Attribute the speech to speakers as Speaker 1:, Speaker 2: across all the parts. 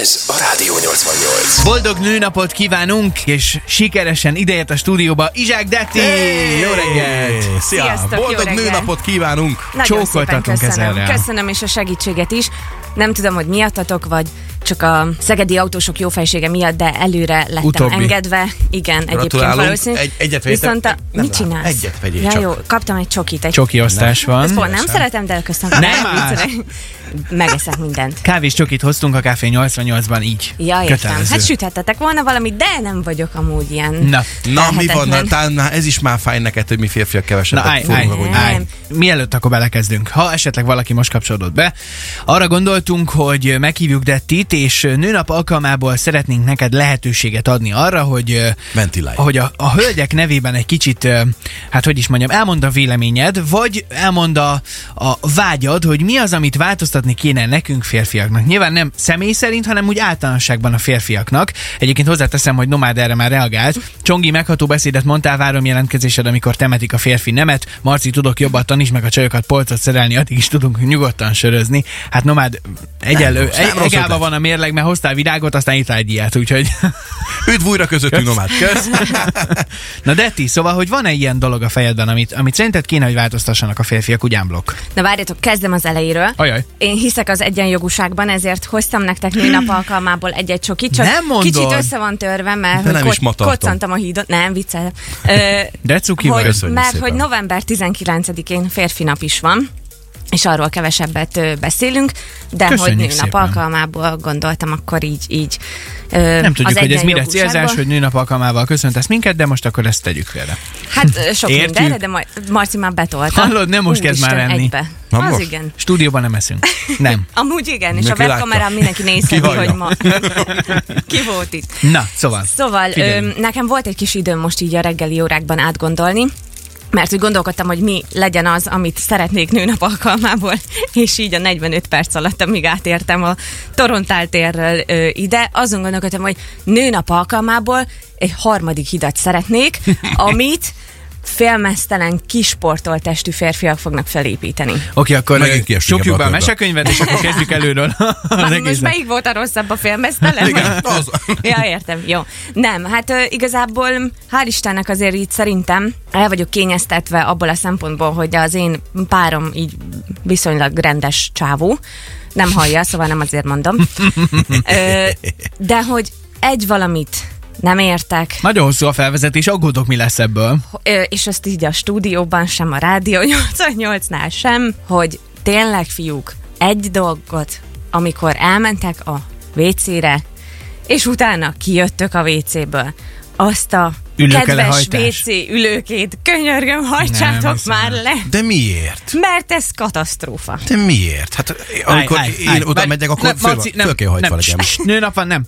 Speaker 1: Ez a Rádió 88.
Speaker 2: Boldog nőnapot kívánunk, és sikeresen idejött a stúdióba Izsák Detti!
Speaker 3: Hey!
Speaker 2: Jó reggelt!
Speaker 3: Szia!
Speaker 4: Sziasztok, jó
Speaker 3: Boldog
Speaker 4: reggelt!
Speaker 3: nőnapot kívánunk!
Speaker 4: Nagyon szépen
Speaker 2: Csókoltatunk
Speaker 4: köszönöm.
Speaker 2: ezerrel.
Speaker 4: Köszönöm, és a segítséget is. Nem tudom, hogy miattatok, vagy csak a szegedi autósok jó fejsége miatt, de előre lettem
Speaker 3: Utóbbi.
Speaker 4: engedve. Igen, egyébként
Speaker 3: Gratulálunk.
Speaker 4: valószínű.
Speaker 3: Egy- egyet vegyél,
Speaker 4: Viszont a, mit
Speaker 3: nem lát.
Speaker 4: csinálsz?
Speaker 3: Egyet vegyél
Speaker 4: ja,
Speaker 3: csak.
Speaker 4: jó, kaptam egy csokit. Egy
Speaker 2: Csoki osztás
Speaker 4: Ezt
Speaker 2: van.
Speaker 4: pont nem szeretem, de köszönöm.
Speaker 2: Nem már.
Speaker 4: viccelek. Megeszek mindent.
Speaker 2: Kávés csokit hoztunk a Café 88-ban így.
Speaker 4: Ja, értem.
Speaker 2: Kötelező.
Speaker 4: Hát süthettetek volna valamit, de nem vagyok amúgy ilyen.
Speaker 2: Na,
Speaker 3: Na, mi van? Na,
Speaker 4: Lehetetlen.
Speaker 3: tán, na, ez is már fáj neked, hogy mi férfiak
Speaker 2: Na, állj,
Speaker 3: kevesebbet
Speaker 2: állj,
Speaker 3: fogunk
Speaker 4: vagy
Speaker 3: hogy
Speaker 4: nem.
Speaker 2: állj. Mielőtt akkor belekezdünk, ha esetleg valaki most kapcsolódott be, arra gondoltunk, hogy meghívjuk Dettit, és nőnap alkalmából szeretnénk neked lehetőséget adni arra, hogy ö,
Speaker 3: Ventilálj.
Speaker 2: hogy a, a hölgyek nevében egy kicsit, ö, hát hogy is mondjam, elmond a véleményed, vagy elmond a, a vágyad, hogy mi az, amit változtatni kéne nekünk férfiaknak. Nyilván nem személy szerint, hanem úgy általánosságban a férfiaknak. Egyébként hozzáteszem, hogy Nomád erre már reagált. Csongi megható beszédet mondtál, várom jelentkezésed, amikor temetik a férfi nemet. Marci, tudok jobban taníts meg a csajokat polcot szerelni, addig is tudunk nyugodtan sörözni. Hát Nomád egyelő,
Speaker 3: rossz, nem
Speaker 2: egy,
Speaker 3: rossz
Speaker 2: egálba
Speaker 3: ötlet.
Speaker 2: van a mérleg, mert hoztál virágot, aztán itt egy ilyet, úgyhogy...
Speaker 3: Üdv újra közöttünk, nomád. Kösz.
Speaker 2: Na Detti, szóval, hogy van-e ilyen dolog a fejedben, amit, amit szerinted kéne, hogy változtassanak a férfiak, úgy ámblok?
Speaker 4: Na várjatok, kezdem az elejéről.
Speaker 2: Ajaj.
Speaker 4: Én hiszek az egyenjogúságban, ezért hoztam nektek nőnap alkalmából egy-egy csokit, csak
Speaker 2: Nem mondod!
Speaker 4: kicsit össze van törve, mert
Speaker 3: De
Speaker 4: hogy
Speaker 3: nem is ma tartom.
Speaker 4: koccantam a hídon. Nem, viccel. Ö,
Speaker 2: De cuki vagy.
Speaker 4: hogy,
Speaker 3: Köszönjük
Speaker 4: mert
Speaker 3: szépen.
Speaker 4: hogy november 19-én férfi nap is van, és arról kevesebbet ö, beszélünk, de
Speaker 2: Köszönjük
Speaker 4: hogy nőnap
Speaker 2: szépen.
Speaker 4: alkalmából gondoltam, akkor így, így ö,
Speaker 2: Nem tudjuk,
Speaker 4: az
Speaker 2: hogy ez mire
Speaker 4: egyenjogúságból.
Speaker 2: célzás, hogy nőnap alkalmával köszöntesz minket, de most akkor ezt tegyük félre.
Speaker 4: Hát ö, sok
Speaker 2: Értjük.
Speaker 4: mindenre, de majd Marci már betolta.
Speaker 2: Hallod, nem most kezd már
Speaker 4: Úristen,
Speaker 2: enni.
Speaker 4: Egybe.
Speaker 3: Na
Speaker 4: az
Speaker 3: most?
Speaker 4: igen.
Speaker 2: Stúdióban nem eszünk. Nem.
Speaker 4: Amúgy igen, és a
Speaker 3: Mindenki látta.
Speaker 4: webkamerán mindenki nézheti,
Speaker 3: Ki hallja?
Speaker 4: hogy ma ki volt itt.
Speaker 2: Na, szóval.
Speaker 4: Szóval ö,
Speaker 2: Figyeljünk.
Speaker 4: nekem volt egy kis időm most így a reggeli órákban átgondolni, mert úgy gondolkodtam, hogy mi legyen az, amit szeretnék nőnap alkalmából, és így a 45 perc alatt, amíg átértem a Torontál térről ö, ide, azon gondolkodtam, hogy nőnap alkalmából egy harmadik hidat szeretnék, amit félmeztelen kisportolt testű férfiak fognak felépíteni.
Speaker 2: Oké, akkor
Speaker 3: Megint
Speaker 2: ö,
Speaker 3: kiesünk
Speaker 2: csukjuk
Speaker 3: ebbe
Speaker 2: be
Speaker 3: a
Speaker 2: a
Speaker 3: körbe.
Speaker 2: mesekönyvet, és akkor kezdjük előről az
Speaker 4: Már most
Speaker 2: egészet.
Speaker 4: melyik volt a rosszabb a félmeztelen?
Speaker 3: Igen, az.
Speaker 4: Ja, értem, jó. Nem, hát ö, igazából hál' Istennek azért így szerintem el vagyok kényeztetve abból a szempontból, hogy az én párom így viszonylag rendes csávó. Nem hallja, szóval nem azért mondom. Ö, de hogy egy valamit nem értek,
Speaker 2: Nagyon hosszú a felvezetés, aggódok, mi lesz ebből.
Speaker 4: ö, és azt így a stúdióban sem, a Rádió 88-nál sem, hogy tényleg fiúk, egy dolgot, amikor elmentek a WC-re, és utána kijöttök a WC-ből, azt a
Speaker 2: Ülőkele
Speaker 4: kedves
Speaker 2: hajtás.
Speaker 4: WC ülőkét, könyörgöm,
Speaker 2: Nem
Speaker 4: hajtsátok
Speaker 2: hiszem.
Speaker 4: már le,
Speaker 3: De miért?
Speaker 4: mert ez katasztrófa.
Speaker 3: De miért? Hát amikor
Speaker 2: Állj, állj,
Speaker 3: én
Speaker 2: állj.
Speaker 3: oda
Speaker 2: Várj,
Speaker 3: megyek, akkor
Speaker 2: nem,
Speaker 3: föl,
Speaker 2: Marci,
Speaker 3: föl kell hajtva
Speaker 2: nem,
Speaker 3: legyen.
Speaker 2: s- s- Nőnap van, nem.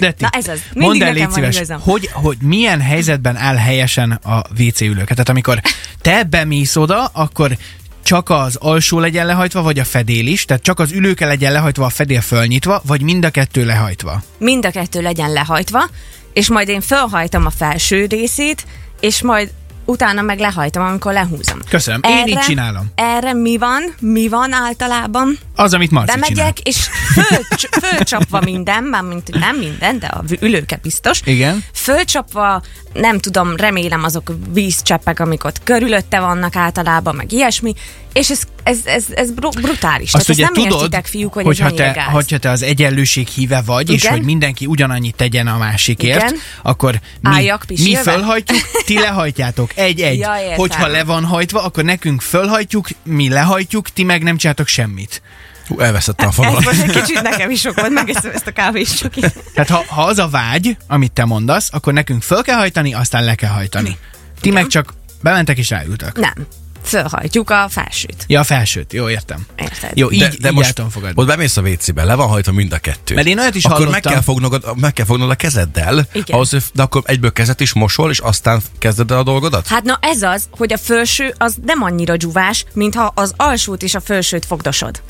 Speaker 2: Detti,
Speaker 4: Na, ez az. Mindig
Speaker 2: mondd el,
Speaker 4: nekem
Speaker 2: légy
Speaker 4: van
Speaker 2: szíves,
Speaker 4: igazam.
Speaker 2: hogy, hogy milyen helyzetben áll helyesen a WC ülőket? Tehát amikor te bemész oda, akkor csak az alsó legyen lehajtva, vagy a fedél is? Tehát csak az ülőke legyen lehajtva, a fedél fölnyitva, vagy mind a kettő lehajtva?
Speaker 4: Mind a kettő legyen lehajtva, és majd én fölhajtom a felső részét, és majd utána meg lehajtom, amikor lehúzom.
Speaker 2: Köszönöm. Én így csinálom.
Speaker 4: Erre mi van? Mi van általában?
Speaker 2: Az, amit Marci csinál.
Speaker 4: Bemegyek, és föl, fölcsapva minden, mármint nem minden, de a vü- ülőke biztos.
Speaker 2: Igen.
Speaker 4: Fölcsapva, nem tudom, remélem azok vízcseppek, amik ott körülötte vannak általában, meg ilyesmi, és ez, ez, ez, ez bru- brutális.
Speaker 2: Azt ugye
Speaker 4: Tehát ezt nem
Speaker 2: tudod,
Speaker 4: értitek, fiúk, hogy ez
Speaker 2: hogyha,
Speaker 4: mennyire
Speaker 2: te,
Speaker 4: gáz.
Speaker 2: hogyha te az egyenlőség híve vagy, és
Speaker 4: Igen.
Speaker 2: hogy mindenki ugyanannyit tegyen a másikért,
Speaker 4: Igen.
Speaker 2: akkor mi,
Speaker 4: Álljak
Speaker 2: mi
Speaker 4: pisilve?
Speaker 2: fölhajtjuk, ti lehajtjátok. Egy-egy.
Speaker 4: Ja, értem.
Speaker 2: hogyha le van hajtva, akkor nekünk fölhajtjuk, mi lehajtjuk, ti meg nem csináltok semmit.
Speaker 3: Hú, elveszettem a
Speaker 4: Ez
Speaker 3: fonalat.
Speaker 4: most egy kicsit nekem is sok volt, megeszem ezt a kávés csokit.
Speaker 2: Tehát ha, ha az a vágy, amit te mondasz, akkor nekünk föl kell hajtani, aztán le kell hajtani. Ti meg csak bementek és ráültök.
Speaker 4: Nem. Fölhajtjuk a felsőt.
Speaker 2: Ja, a felsőt, jó, értem.
Speaker 4: Érted?
Speaker 2: Jó, így,
Speaker 3: de, de
Speaker 2: így
Speaker 3: most
Speaker 2: el tudom fogadni.
Speaker 3: ott bemész a WC-be, le van hajtva mind a kettő.
Speaker 2: Mert én olyat is
Speaker 3: akkor meg
Speaker 2: hallottam.
Speaker 3: kell, fognod, meg kell fognod a kezeddel,
Speaker 4: Igen.
Speaker 3: ahhoz, hogy- de akkor egyből kezet is mosol, és aztán kezded el a dolgodat?
Speaker 4: Hát na ez az, hogy a felső az nem annyira dzsúvás, mintha az alsót és a felsőt fogdosod.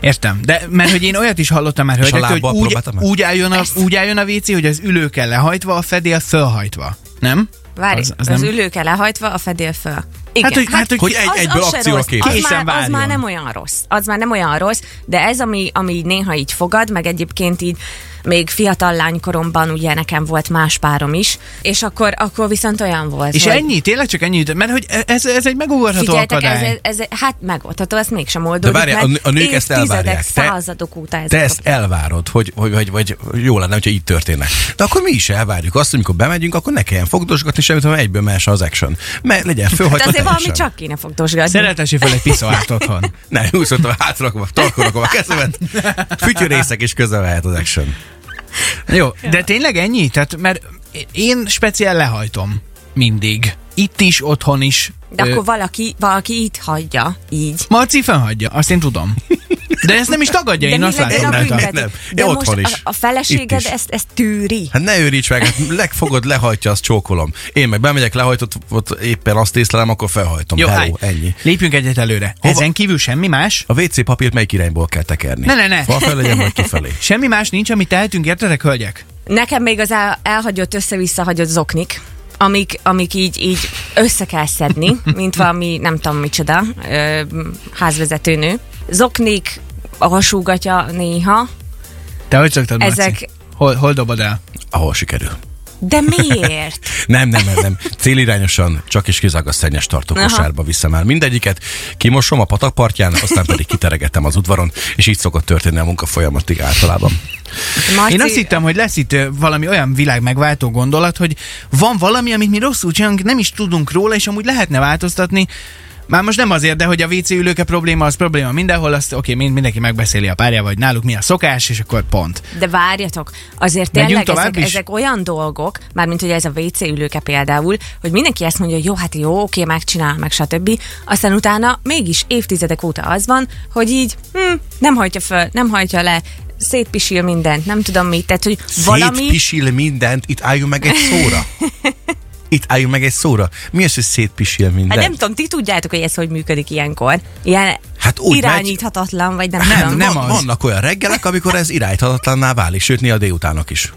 Speaker 2: Értem, de mert hogy én olyat is hallottam már hölgyektől, hogy
Speaker 3: lábbal
Speaker 2: úgy,
Speaker 3: próbáltam meg?
Speaker 2: úgy, álljon a, úgy álljon a WC, hogy az ülő kell lehajtva, a fedél fölhajtva. Nem?
Speaker 4: Várj,
Speaker 2: az,
Speaker 4: az, az, az ülőke lehajtva, a fedél föl. Igen.
Speaker 2: Hát, hogy, hát, hogy,
Speaker 3: hogy egy-
Speaker 4: az,
Speaker 3: egyből
Speaker 4: az se
Speaker 3: akcióra
Speaker 4: rossz.
Speaker 3: kép.
Speaker 4: Az,
Speaker 2: Készen
Speaker 4: már, az
Speaker 2: várjon.
Speaker 4: már nem olyan rossz. Az már nem olyan rossz, de ez, ami, ami így néha így fogad, meg egyébként így még fiatal lánykoromban ugye nekem volt más párom is, és akkor, akkor viszont olyan volt.
Speaker 2: És
Speaker 4: hogy-
Speaker 2: ennyi, tényleg csak ennyi, mert hogy ez, ez egy megugorható
Speaker 4: Szóval- Figyeljetek,
Speaker 2: Hát akadály.
Speaker 4: ez, ez, hát megoldható, ezt mégsem oldódik.
Speaker 3: De várjál,
Speaker 4: meg
Speaker 3: a nők ezt
Speaker 4: évtizedek,
Speaker 3: elvárják. Te-
Speaker 4: századok óta ez.
Speaker 3: Te ezt elvárod, hogy, hogy, hogy, vagy jó lenne, hogyha így történne. De akkor mi is elvárjuk azt, hogy amikor bemegyünk, akkor ne kelljen fogdosgatni semmit, hanem egyből más az action. Mert legyen
Speaker 2: Hát
Speaker 4: De
Speaker 3: fölhagyva
Speaker 4: azért valami
Speaker 3: teljesen.
Speaker 4: csak kéne fogdosgatni.
Speaker 2: Szeretesi fel egy piszoát otthon.
Speaker 3: Ne, húzottam hátrakva, tarkolokva a kezemet. Fütyörészek is közel lehet az action.
Speaker 2: Jó, de tényleg ennyi? Tehát, mert én speciál lehajtom mindig. Itt is, otthon is.
Speaker 4: De
Speaker 2: Ö,
Speaker 4: akkor valaki, valaki itt hagyja, így.
Speaker 2: Marci fennhagyja, azt én tudom. De ezt nem is tagadja, én
Speaker 4: mi
Speaker 2: azt
Speaker 4: legyen
Speaker 2: látom
Speaker 4: a
Speaker 2: rajta.
Speaker 4: büntetés?
Speaker 3: Nem,
Speaker 4: De
Speaker 3: én
Speaker 4: most
Speaker 3: otthon
Speaker 4: A,
Speaker 3: is.
Speaker 4: a
Speaker 3: Itt
Speaker 4: feleséged
Speaker 3: is.
Speaker 4: ezt, ezt tűri.
Speaker 3: Hát ne őríts meg, hát legfogod, lehajtja, azt csókolom. Én meg bemegyek, lehajtott, ott éppen azt észlelem, akkor felhajtom.
Speaker 2: Jó,
Speaker 3: Hello,
Speaker 2: állj.
Speaker 3: ennyi.
Speaker 2: Lépjünk egyet előre.
Speaker 3: Hova?
Speaker 2: Ezen kívül semmi más?
Speaker 3: A WC papírt melyik irányból kell tekerni?
Speaker 2: Ne, ne, ne.
Speaker 3: Fal fel legyen, vagy kifelé.
Speaker 2: Semmi más nincs, amit tehetünk, értetek, hölgyek?
Speaker 4: Nekem még az el, elhagyott, össze-vissza hagyott zoknik, amik, amik így, így össze kell szedni, mint valami, nem tudom micsoda, ö, házvezetőnő. Zoknik, a hasúgatja néha,
Speaker 2: Te hogy szoktad, Marci?
Speaker 4: Ezek-
Speaker 2: Hol, hol dobod el?
Speaker 3: Ahol sikerül.
Speaker 4: de miért?
Speaker 3: Nem, nem, nem, nem. Célirányosan csak is kizág a szennyes tartókosárba viszem el. Mindegyiket kimosom a patakpartján, aztán pedig kiteregetem az udvaron, és így szokott történni a munka folyamatig általában.
Speaker 4: Marci,
Speaker 2: Én azt hittem, hogy lesz itt ö, valami olyan világ megváltó gondolat, hogy van valami, amit mi rosszul csinálunk, nem is tudunk róla, és amúgy lehetne változtatni. Már most nem azért, de hogy a WC ülőke probléma, az probléma mindenhol, azt oké, mind, mindenki megbeszéli a párjával, hogy náluk mi a szokás, és akkor pont.
Speaker 4: De várjatok, azért
Speaker 2: Megyünk
Speaker 4: tényleg
Speaker 2: tovább
Speaker 4: ezek,
Speaker 2: is?
Speaker 4: ezek olyan dolgok, mármint hogy ez a WC ülőke például, hogy mindenki ezt mondja, hogy jó, hát jó, oké, megcsinál, meg stb. Aztán utána mégis évtizedek óta az van, hogy így hm, nem hajtja föl, nem hajtja le, szétpisil mindent, nem tudom mit, tehát hogy valami...
Speaker 3: Szétpisil mindent, itt álljunk meg egy szóra. Itt álljunk meg egy szóra. Mi az, hogy szétpisil
Speaker 4: Hát
Speaker 3: mindent?
Speaker 4: nem tudom, ti tudjátok, hogy ez hogy működik ilyenkor. Ilyen
Speaker 3: Hát úgy megy-
Speaker 4: irányíthatatlan, vagy nem, tudom.
Speaker 2: nem
Speaker 3: van,
Speaker 2: az.
Speaker 3: Vannak olyan reggelek, amikor ez irányhatatlanná válik, sőt, néha délutánok is.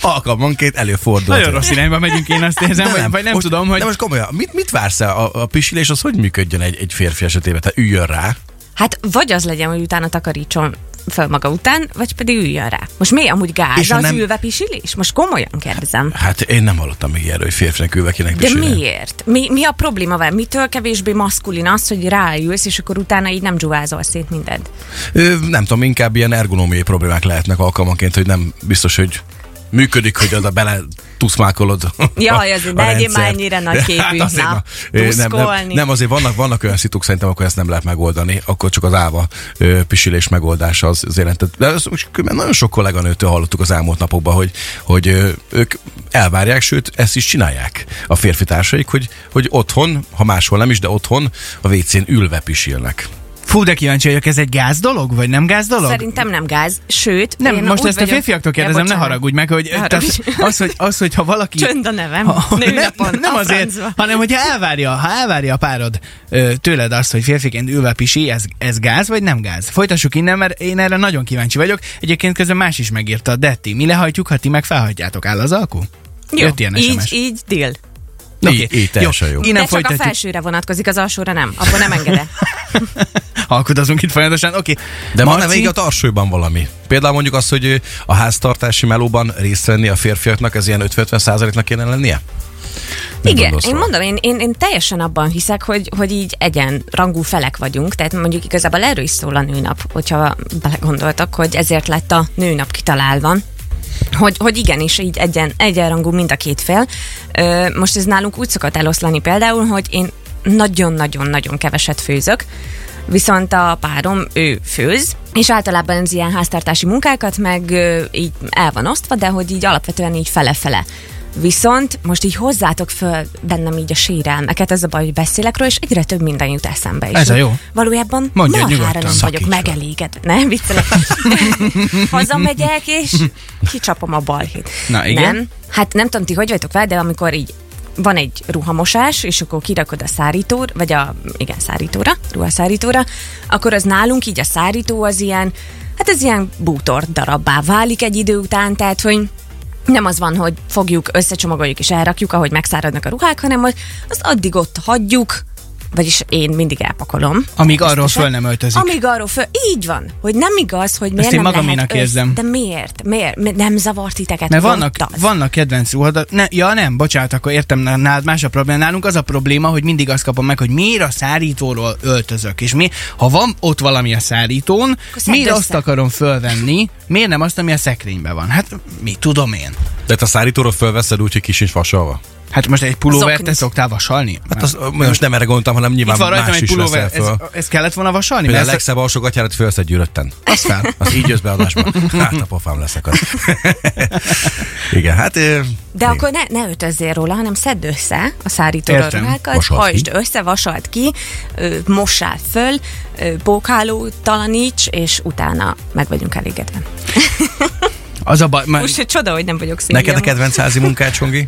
Speaker 3: Alkalmanként előfordul.
Speaker 2: Nagyon rossz irányba megyünk, én azt érzem, vagy, vagy nem
Speaker 3: most,
Speaker 2: tudom, hogy...
Speaker 3: De most komolyan, mit, mit vársz el? A, a pisilés az hogy működjön egy, egy férfi esetében? Tehát üljön rá.
Speaker 4: Hát vagy az legyen, hogy utána takarítson föl maga után, vagy pedig üljön rá. Most mi amúgy gáz
Speaker 3: És
Speaker 4: és
Speaker 3: ha
Speaker 4: az
Speaker 3: nem-
Speaker 4: nem... ülve pisilés? Most komolyan kérdezem.
Speaker 3: Hát én nem hallottam még erről, hogy férfinek ülve kinek
Speaker 4: De
Speaker 3: pisiljen.
Speaker 4: miért? Mi, mi a probléma vele? Mitől kevésbé maszkulin az, hogy ráülsz, és akkor utána így nem dzsuvázol szét mindent?
Speaker 3: Ö, nem tudom, inkább ilyen ergonómiai problémák lehetnek alkalmanként, hogy nem biztos, hogy működik, hogy oda bele tuszmákolod. a-
Speaker 4: Jaj, azért ne
Speaker 3: a
Speaker 4: legyél
Speaker 3: rendszert. Hát
Speaker 4: már ennyire nagyképű,
Speaker 3: azért
Speaker 4: na.
Speaker 3: ma- ö, nem, nem,
Speaker 4: Tuszkolni.
Speaker 3: nem, azért vannak, vannak olyan szituk szerintem, akkor ezt nem lehet megoldani, akkor csak az állva ö, pisilés megoldása az, az életet. De ezt most különben nagyon sok kolléganőtől hallottuk az elmúlt napokban, hogy, hogy ö, ők elvárják, sőt, ezt is csinálják a férfi társaik, hogy, hogy otthon, ha máshol nem is, de otthon a WC-n ülve pisilnek.
Speaker 2: Fú, de kíváncsi vagyok, ez egy gáz dolog, vagy nem gáz dolog?
Speaker 4: Szerintem nem gáz, sőt...
Speaker 2: Nem,
Speaker 4: én
Speaker 2: most
Speaker 4: úgy
Speaker 2: ezt a
Speaker 4: vagyok-
Speaker 2: férfiaktól
Speaker 4: Ja,
Speaker 2: kérdezem, ne
Speaker 4: bocsánat.
Speaker 2: haragudj meg, hogy
Speaker 4: Ne
Speaker 2: tehát
Speaker 4: haragudj.
Speaker 2: az, hogy, az, hogy ha valaki...
Speaker 4: Csönd a nevem.
Speaker 2: Ha,
Speaker 4: Nőnapon,
Speaker 2: nem, nem, nem
Speaker 4: a
Speaker 2: azért,
Speaker 4: francba.
Speaker 2: hanem hogyha elvárja, ha elvárja a párod ö, tőled azt, hogy férfiként ülve pisi, ez, ez gáz vagy nem gáz? Folytassuk innen, mert én erre nagyon kíváncsi vagyok. Egyébként közben más is megírta, Detti, mi lehajtjuk, ha ti meg felhagyjátok, áll az alkú?
Speaker 4: Jó,
Speaker 2: Jött ilyen
Speaker 4: így,
Speaker 2: SMS.
Speaker 4: így, deal.
Speaker 2: Oké,
Speaker 3: Így- így teljesen jó.
Speaker 4: De
Speaker 2: Innen
Speaker 4: csak
Speaker 2: folytatjuk.
Speaker 4: a felsőre vonatkozik, az alsóra nem. Abban nem engedek.
Speaker 2: Alkudozunk itt folyamatosan, oké.
Speaker 3: De van-e
Speaker 2: Marci?
Speaker 3: még a tarsóban valami? Például mondjuk az, hogy ö, a háztartási melóban részt venni a férfiaknak, ez ilyen 50-50 százaléknak kéne lennie? Mit
Speaker 4: Igen,
Speaker 3: gondolsz
Speaker 4: én
Speaker 3: róla?
Speaker 4: mondom, én, én, én teljesen abban hiszek, hogy, hogy így egyen rangú felek vagyunk, tehát mondjuk igazából erről is szól a nőnap, hogyha belegondoltak, hogy ezért lett a nőnap kitalálva. Hogy, hogy igenis, így egyen, egyenrangú mind a két fél. Ö, Most ez nálunk úgy szokott eloszlani például, hogy én nagyon-nagyon-nagyon keveset főzök, viszont a párom, ő főz, és általában az ilyen háztartási munkákat meg ö, így el van osztva, de hogy így alapvetően így fele-fele. Viszont most így hozzátok föl bennem így a sérelmeket, ez a baj, hogy beszélek róla, és egyre több minden jut eszembe is.
Speaker 2: Ez a jó.
Speaker 4: Valójában
Speaker 2: Mondja,
Speaker 4: marhára
Speaker 2: nyugodtan.
Speaker 4: nem vagyok
Speaker 3: Szakíts le.
Speaker 4: megelégedve. Nem, viccelek. Hazamegyek, és kicsapom a balhét.
Speaker 2: Na, igen.
Speaker 4: Nem? Hát nem tudom, ti hogy vagytok vele, de amikor így van egy ruhamosás, és akkor kirakod a szárítóra, vagy a, igen, szárítóra, ruhaszárítóra, akkor az nálunk így a szárító az ilyen, hát ez ilyen bútor darabbá válik egy idő után, tehát hogy nem az van, hogy fogjuk, összecsomagoljuk és elrakjuk, ahogy megszáradnak a ruhák, hanem hogy azt addig ott hagyjuk, vagyis én mindig elpakolom.
Speaker 2: Amíg arról föl nem öltözik.
Speaker 4: Amíg arról föl, így van, hogy nem igaz, hogy miért
Speaker 2: én
Speaker 4: nem
Speaker 2: magaménak
Speaker 4: lehet
Speaker 2: érzem.
Speaker 4: Össze, de miért? miért? Mi- Nem zavart titeket?
Speaker 2: Mert
Speaker 4: hogy
Speaker 2: vannak,
Speaker 4: ott az?
Speaker 2: vannak kedvenc ruhadat. Ne, ja nem, bocsánat, akkor értem, na- nálad más a probléma. Nálunk az a probléma, hogy mindig azt kapom meg, hogy miért a szárítóról öltözök. És mi, ha van ott valami a szárítón,
Speaker 4: szedd
Speaker 2: miért
Speaker 4: össze.
Speaker 2: azt akarom fölvenni, miért nem azt, ami a szekrényben van? Hát mi, tudom én.
Speaker 3: De te a szárítóról fölveszed úgy, hogy ki sincs vasalva.
Speaker 2: Hát most egy pulóvert
Speaker 4: Zoknit.
Speaker 2: te szoktál vasalni?
Speaker 3: Hát az, most nem erre gondoltam, hanem
Speaker 2: Itt
Speaker 3: nyilván
Speaker 2: van rajtam
Speaker 3: más
Speaker 2: egy
Speaker 3: is
Speaker 2: pulóver,
Speaker 3: veszel
Speaker 2: ez,
Speaker 3: föl.
Speaker 2: ez, kellett volna vasalni?
Speaker 3: Például a
Speaker 2: Mert ezt-
Speaker 3: legszebb alsó gatyárat fölsz egy gyűrötten. Az fel. Az így jössz be adásba. Hát a pofám leszakad. Igen, hát... ö,
Speaker 4: De
Speaker 3: igen.
Speaker 4: akkor ne, ne ötözzél róla, hanem szedd össze a szárítóra
Speaker 2: Értem.
Speaker 4: ruhákat,
Speaker 3: Vasald ki.
Speaker 4: hajtsd össze, vasald ki, ö, mossál föl, ö, bókáló talaníts, és utána meg vagyunk elégedve.
Speaker 2: Az a baj, mert,
Speaker 4: Most egy csoda, hogy nem vagyok szívja.
Speaker 3: Neked a kedvenc házi munkád, Csongi?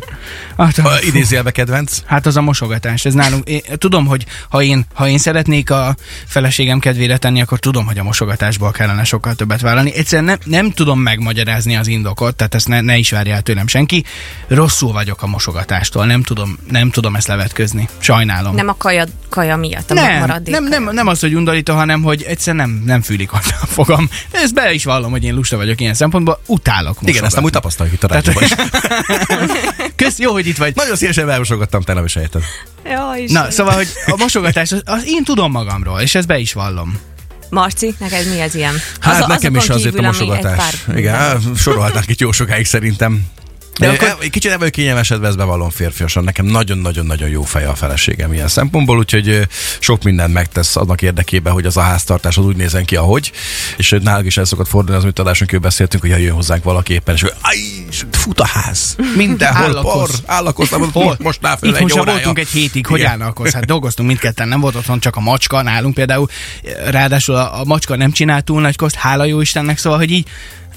Speaker 2: hát,
Speaker 3: Ha idézélbe kedvenc.
Speaker 2: Hát az a mosogatás, ez nálunk. Én, tudom, hogy ha én, ha én szeretnék a feleségem kedvére tenni, akkor tudom, hogy a mosogatásból kellene sokkal többet vállalni. Egyszerűen nem, nem tudom megmagyarázni az indokot, tehát ezt ne, ne is várja el tőlem senki. Rosszul vagyok a mosogatástól, nem tudom, nem tudom ezt levetközni. Sajnálom.
Speaker 4: Nem a kaja, kaja miatt, a
Speaker 2: nem,
Speaker 4: maradék.
Speaker 2: nem, nem, nem az, hogy undorító, hanem hogy egyszerűen nem, nem fűlik hozzá a fogam. Ezt be is vallom, hogy én lusta vagyok ilyen szempontból, utálok
Speaker 3: Igen, ezt amúgy
Speaker 2: mosogatni.
Speaker 3: tapasztaljuk itt a rádióban is.
Speaker 2: Kösz, jó, hogy itt vagy.
Speaker 3: Nagyon szívesen elmosogattam, te nem is érted.
Speaker 4: Jaj,
Speaker 2: Na, szóval, hogy a mosogatás, az, az én tudom magamról, és ezt be is vallom.
Speaker 4: Marci, neked mi az ilyen?
Speaker 3: Hát
Speaker 4: az,
Speaker 3: az, nekem
Speaker 4: azokon
Speaker 3: is azért a
Speaker 4: kívül, ami egy
Speaker 3: mosogatás.
Speaker 4: pár-
Speaker 3: Igen, á, sorolhatnánk itt jó sokáig szerintem. De
Speaker 2: De
Speaker 3: akkor...
Speaker 2: akkor-
Speaker 3: Kicsit nem vagyok kényelmesedve, ezt bevallom férfiasan. Nekem nagyon-nagyon-nagyon jó feje a feleségem ilyen szempontból, úgyhogy ö, sok mindent megtesz annak érdekében, hogy az a háztartás az úgy nézen ki, ahogy. És ö, nálunk is el szokott fordulni, az, amit adáson kívül beszéltünk, hogy ha jön hozzánk valaki éppen, és ő, "Aj, és fut a ház. Mindenhol
Speaker 2: Állakoz.
Speaker 3: por, állakoz, nem
Speaker 2: Hol?
Speaker 3: most, most már föl
Speaker 2: Itthon
Speaker 3: egy
Speaker 2: sem
Speaker 3: órája.
Speaker 2: voltunk egy hétig, hogy
Speaker 3: Igen.
Speaker 2: állnak Hát dolgoztunk mindketten, nem volt otthon csak a macska nálunk például. Ráadásul a, a macska nem csinált túl nagy koszt, hála jó Istennek, szóval, hogy így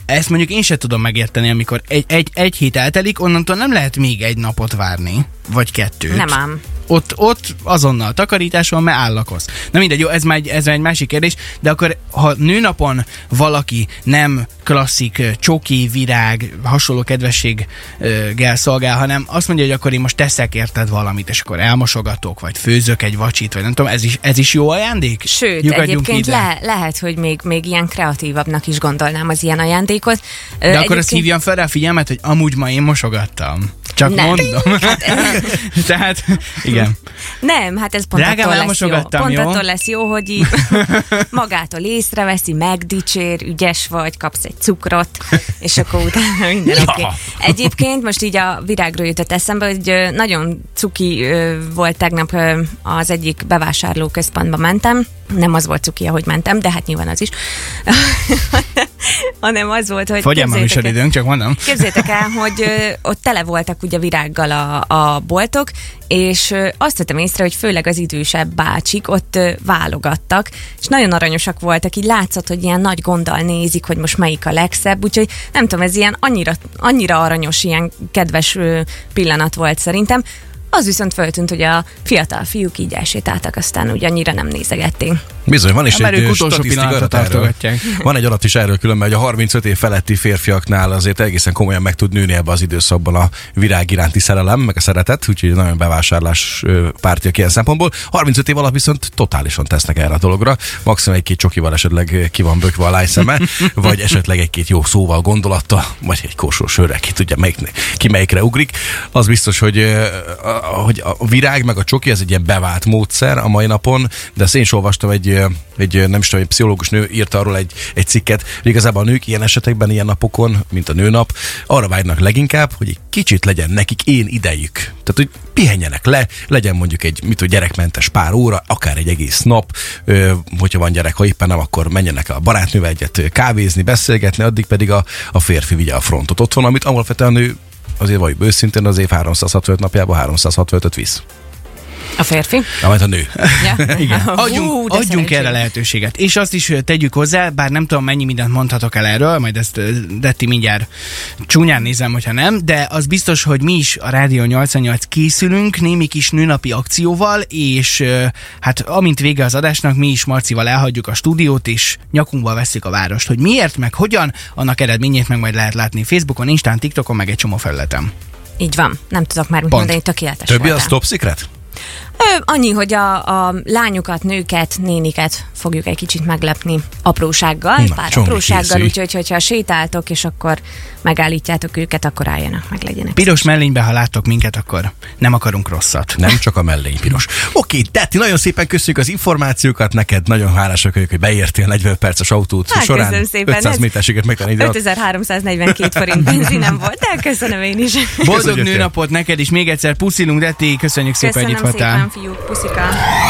Speaker 2: ezt mondjuk én se tudom megérteni, amikor egy, egy, egy hét eltelik, onnantól nem lehet még egy napot várni, vagy kettőt.
Speaker 4: Nem ám.
Speaker 2: Ott, ott azonnal takarítás van, mert állakoz. Na mindegy, jó, ez már, egy, ez már egy másik kérdés, de akkor ha nőnapon valaki nem klasszik ö, csoki, virág, hasonló kedvességgel szolgál, hanem azt mondja, hogy akkor én most teszek érted valamit, és akkor elmosogatok, vagy főzök egy vacsit, vagy nem tudom, ez is, ez is jó ajándék?
Speaker 4: Sőt,
Speaker 2: Lyukadjunk
Speaker 4: egyébként
Speaker 2: ide.
Speaker 4: le, lehet, hogy még, még ilyen kreatívabbnak is gondolnám az ilyen ajándékot. Ö,
Speaker 2: De akkor
Speaker 4: egyébként-
Speaker 2: azt hívjam fel rá a figyelmet, hogy amúgy ma én mosogattam. Csak
Speaker 4: Nem. Hát,
Speaker 2: mondom. Tehát, igen.
Speaker 4: Nem, hát ez pont
Speaker 2: Drágám,
Speaker 4: attól lesz jó.
Speaker 2: elmosogattam,
Speaker 4: Pont
Speaker 2: jó?
Speaker 4: attól lesz jó, hogy így magától észreveszi, megdicsér, ügyes vagy, kapsz egy cukrot, és akkor utána minden
Speaker 3: Ja.
Speaker 4: oké. Egyébként most így a virágról jutott eszembe, hogy ö, nagyon cuki ö, volt tegnap ö, az egyik bevásárlóközpontba mentem. Nem az volt cuki, ahogy mentem, de hát nyilván az is. Hanem az volt, hogy...
Speaker 2: Fogy el már
Speaker 4: képzeljétek el-
Speaker 2: műsoridőnk, csak mondom.
Speaker 4: Képzétek el, hogy ö, ott tele voltak ugye virággal a, a boltok, és ö, azt vettem észre, hogy főleg az idősebb bácsik ott ö, válogattak, és nagyon aranyosak voltak, így látszott, hogy ilyen nagy gonddal nézik, hogy most melyik a legszebb, úgyhogy nem tudom, ez ilyen annyira, annyira aranyos, ilyen kedves ö, pillanat volt szerintem. Az viszont föltűnt, hogy a fiatal fiúk így elsétáltak, aztán úgy annyira nem nézegették.
Speaker 3: Bizony, van is
Speaker 2: Mert
Speaker 3: egy
Speaker 2: ők
Speaker 3: ö,
Speaker 2: utolsó
Speaker 3: statisztika
Speaker 2: pillanatra
Speaker 3: adat erről.
Speaker 2: tartogatják.
Speaker 3: Van egy adat is erről különben, hogy a 35 év feletti férfiaknál azért egészen komolyan meg tud nőni ebbe az időszakban a virág iránti szerelem, meg a szeretet, úgyhogy nagyon bevásárlás ö, pártiak ilyen szempontból. 35 év alatt viszont totálisan tesznek erre a dologra. Maximum egy-két csokival esetleg ö, ki van bökve a lájszeme, vagy esetleg egy-két jó szóval, gondolattal, vagy egy korsó sörre, ki tudja, melyik, ki melyikre ugrik. Az biztos, hogy, ö, a- hogy a virág meg a csoki, ez egy ilyen bevált módszer a mai napon, de ezt én is olvastam egy, ö, egy ö, nem is tudom, egy pszichológus nő írta arról egy, egy cikket, hogy igazából a nők ilyen esetekben, ilyen napokon, mint a nőnap, arra vágynak leginkább, hogy egy kicsit legyen nekik én idejük. Tehát, hogy pihenjenek le, legyen mondjuk egy mit, tudom, gyerekmentes pár óra, akár egy egész nap, ö, hogyha van gyerek, ha éppen nem, akkor menjenek el a barátnővel egyet ö, kávézni, beszélgetni, addig pedig a, a férfi vigye a frontot otthon, amit alapvetően a nő azért valljuk őszintén az év 365 napjában 365 visz.
Speaker 4: A férfi?
Speaker 3: Amit a nő.
Speaker 4: Ja. Igen.
Speaker 2: Adjunk, Hú, adjunk erre lehetőséget. És azt is ö, tegyük hozzá, bár nem tudom mennyi mindent mondhatok el erről, majd ezt ö, Detti mindjárt csúnyán nézem, hogyha nem, de az biztos, hogy mi is a Rádió 88 készülünk némi kis nőnapi akcióval, és ö, hát amint vége az adásnak, mi is Marcival elhagyjuk a stúdiót, és nyakunkba veszik a várost. Hogy miért, meg hogyan, annak eredményét meg majd lehet látni Facebookon, Instán, TikTokon, meg egy csomó felületen.
Speaker 4: Így van, nem tudok már mit
Speaker 2: Pont.
Speaker 4: mondani, tökéletes
Speaker 3: Többi
Speaker 4: voltál.
Speaker 3: az top secret?
Speaker 4: Ö, annyi, hogy a, a lányokat, nőket, néniket fogjuk egy kicsit meglepni aprósággal,
Speaker 3: Na,
Speaker 4: Na, pár
Speaker 3: Csomi
Speaker 4: aprósággal,
Speaker 3: készülj.
Speaker 4: úgyhogy hogyha sétáltok, és akkor megállítjátok őket, akkor álljanak, meg legyenek.
Speaker 2: Piros mellénybe, ha láttok minket, akkor nem akarunk rosszat.
Speaker 3: Nem csak a mellény piros. Oké, Detti, nagyon szépen köszönjük az információkat neked, nagyon hálásak vagyok, hogy beértél 40 perces autót
Speaker 4: Hát,
Speaker 3: során.
Speaker 4: köszönöm szépen.
Speaker 3: 500
Speaker 4: Ez-
Speaker 3: méterséget megtanítani.
Speaker 4: 5342 forint benzinem volt, de köszönöm én is.
Speaker 2: Boldog
Speaker 3: Köszönjük,
Speaker 2: nőnapot neked is, még egyszer puszilunk, Detti, köszönjük szépen,
Speaker 4: Köszönöm
Speaker 2: hogy itt voltál.
Speaker 4: szépen, fiúk, puszika.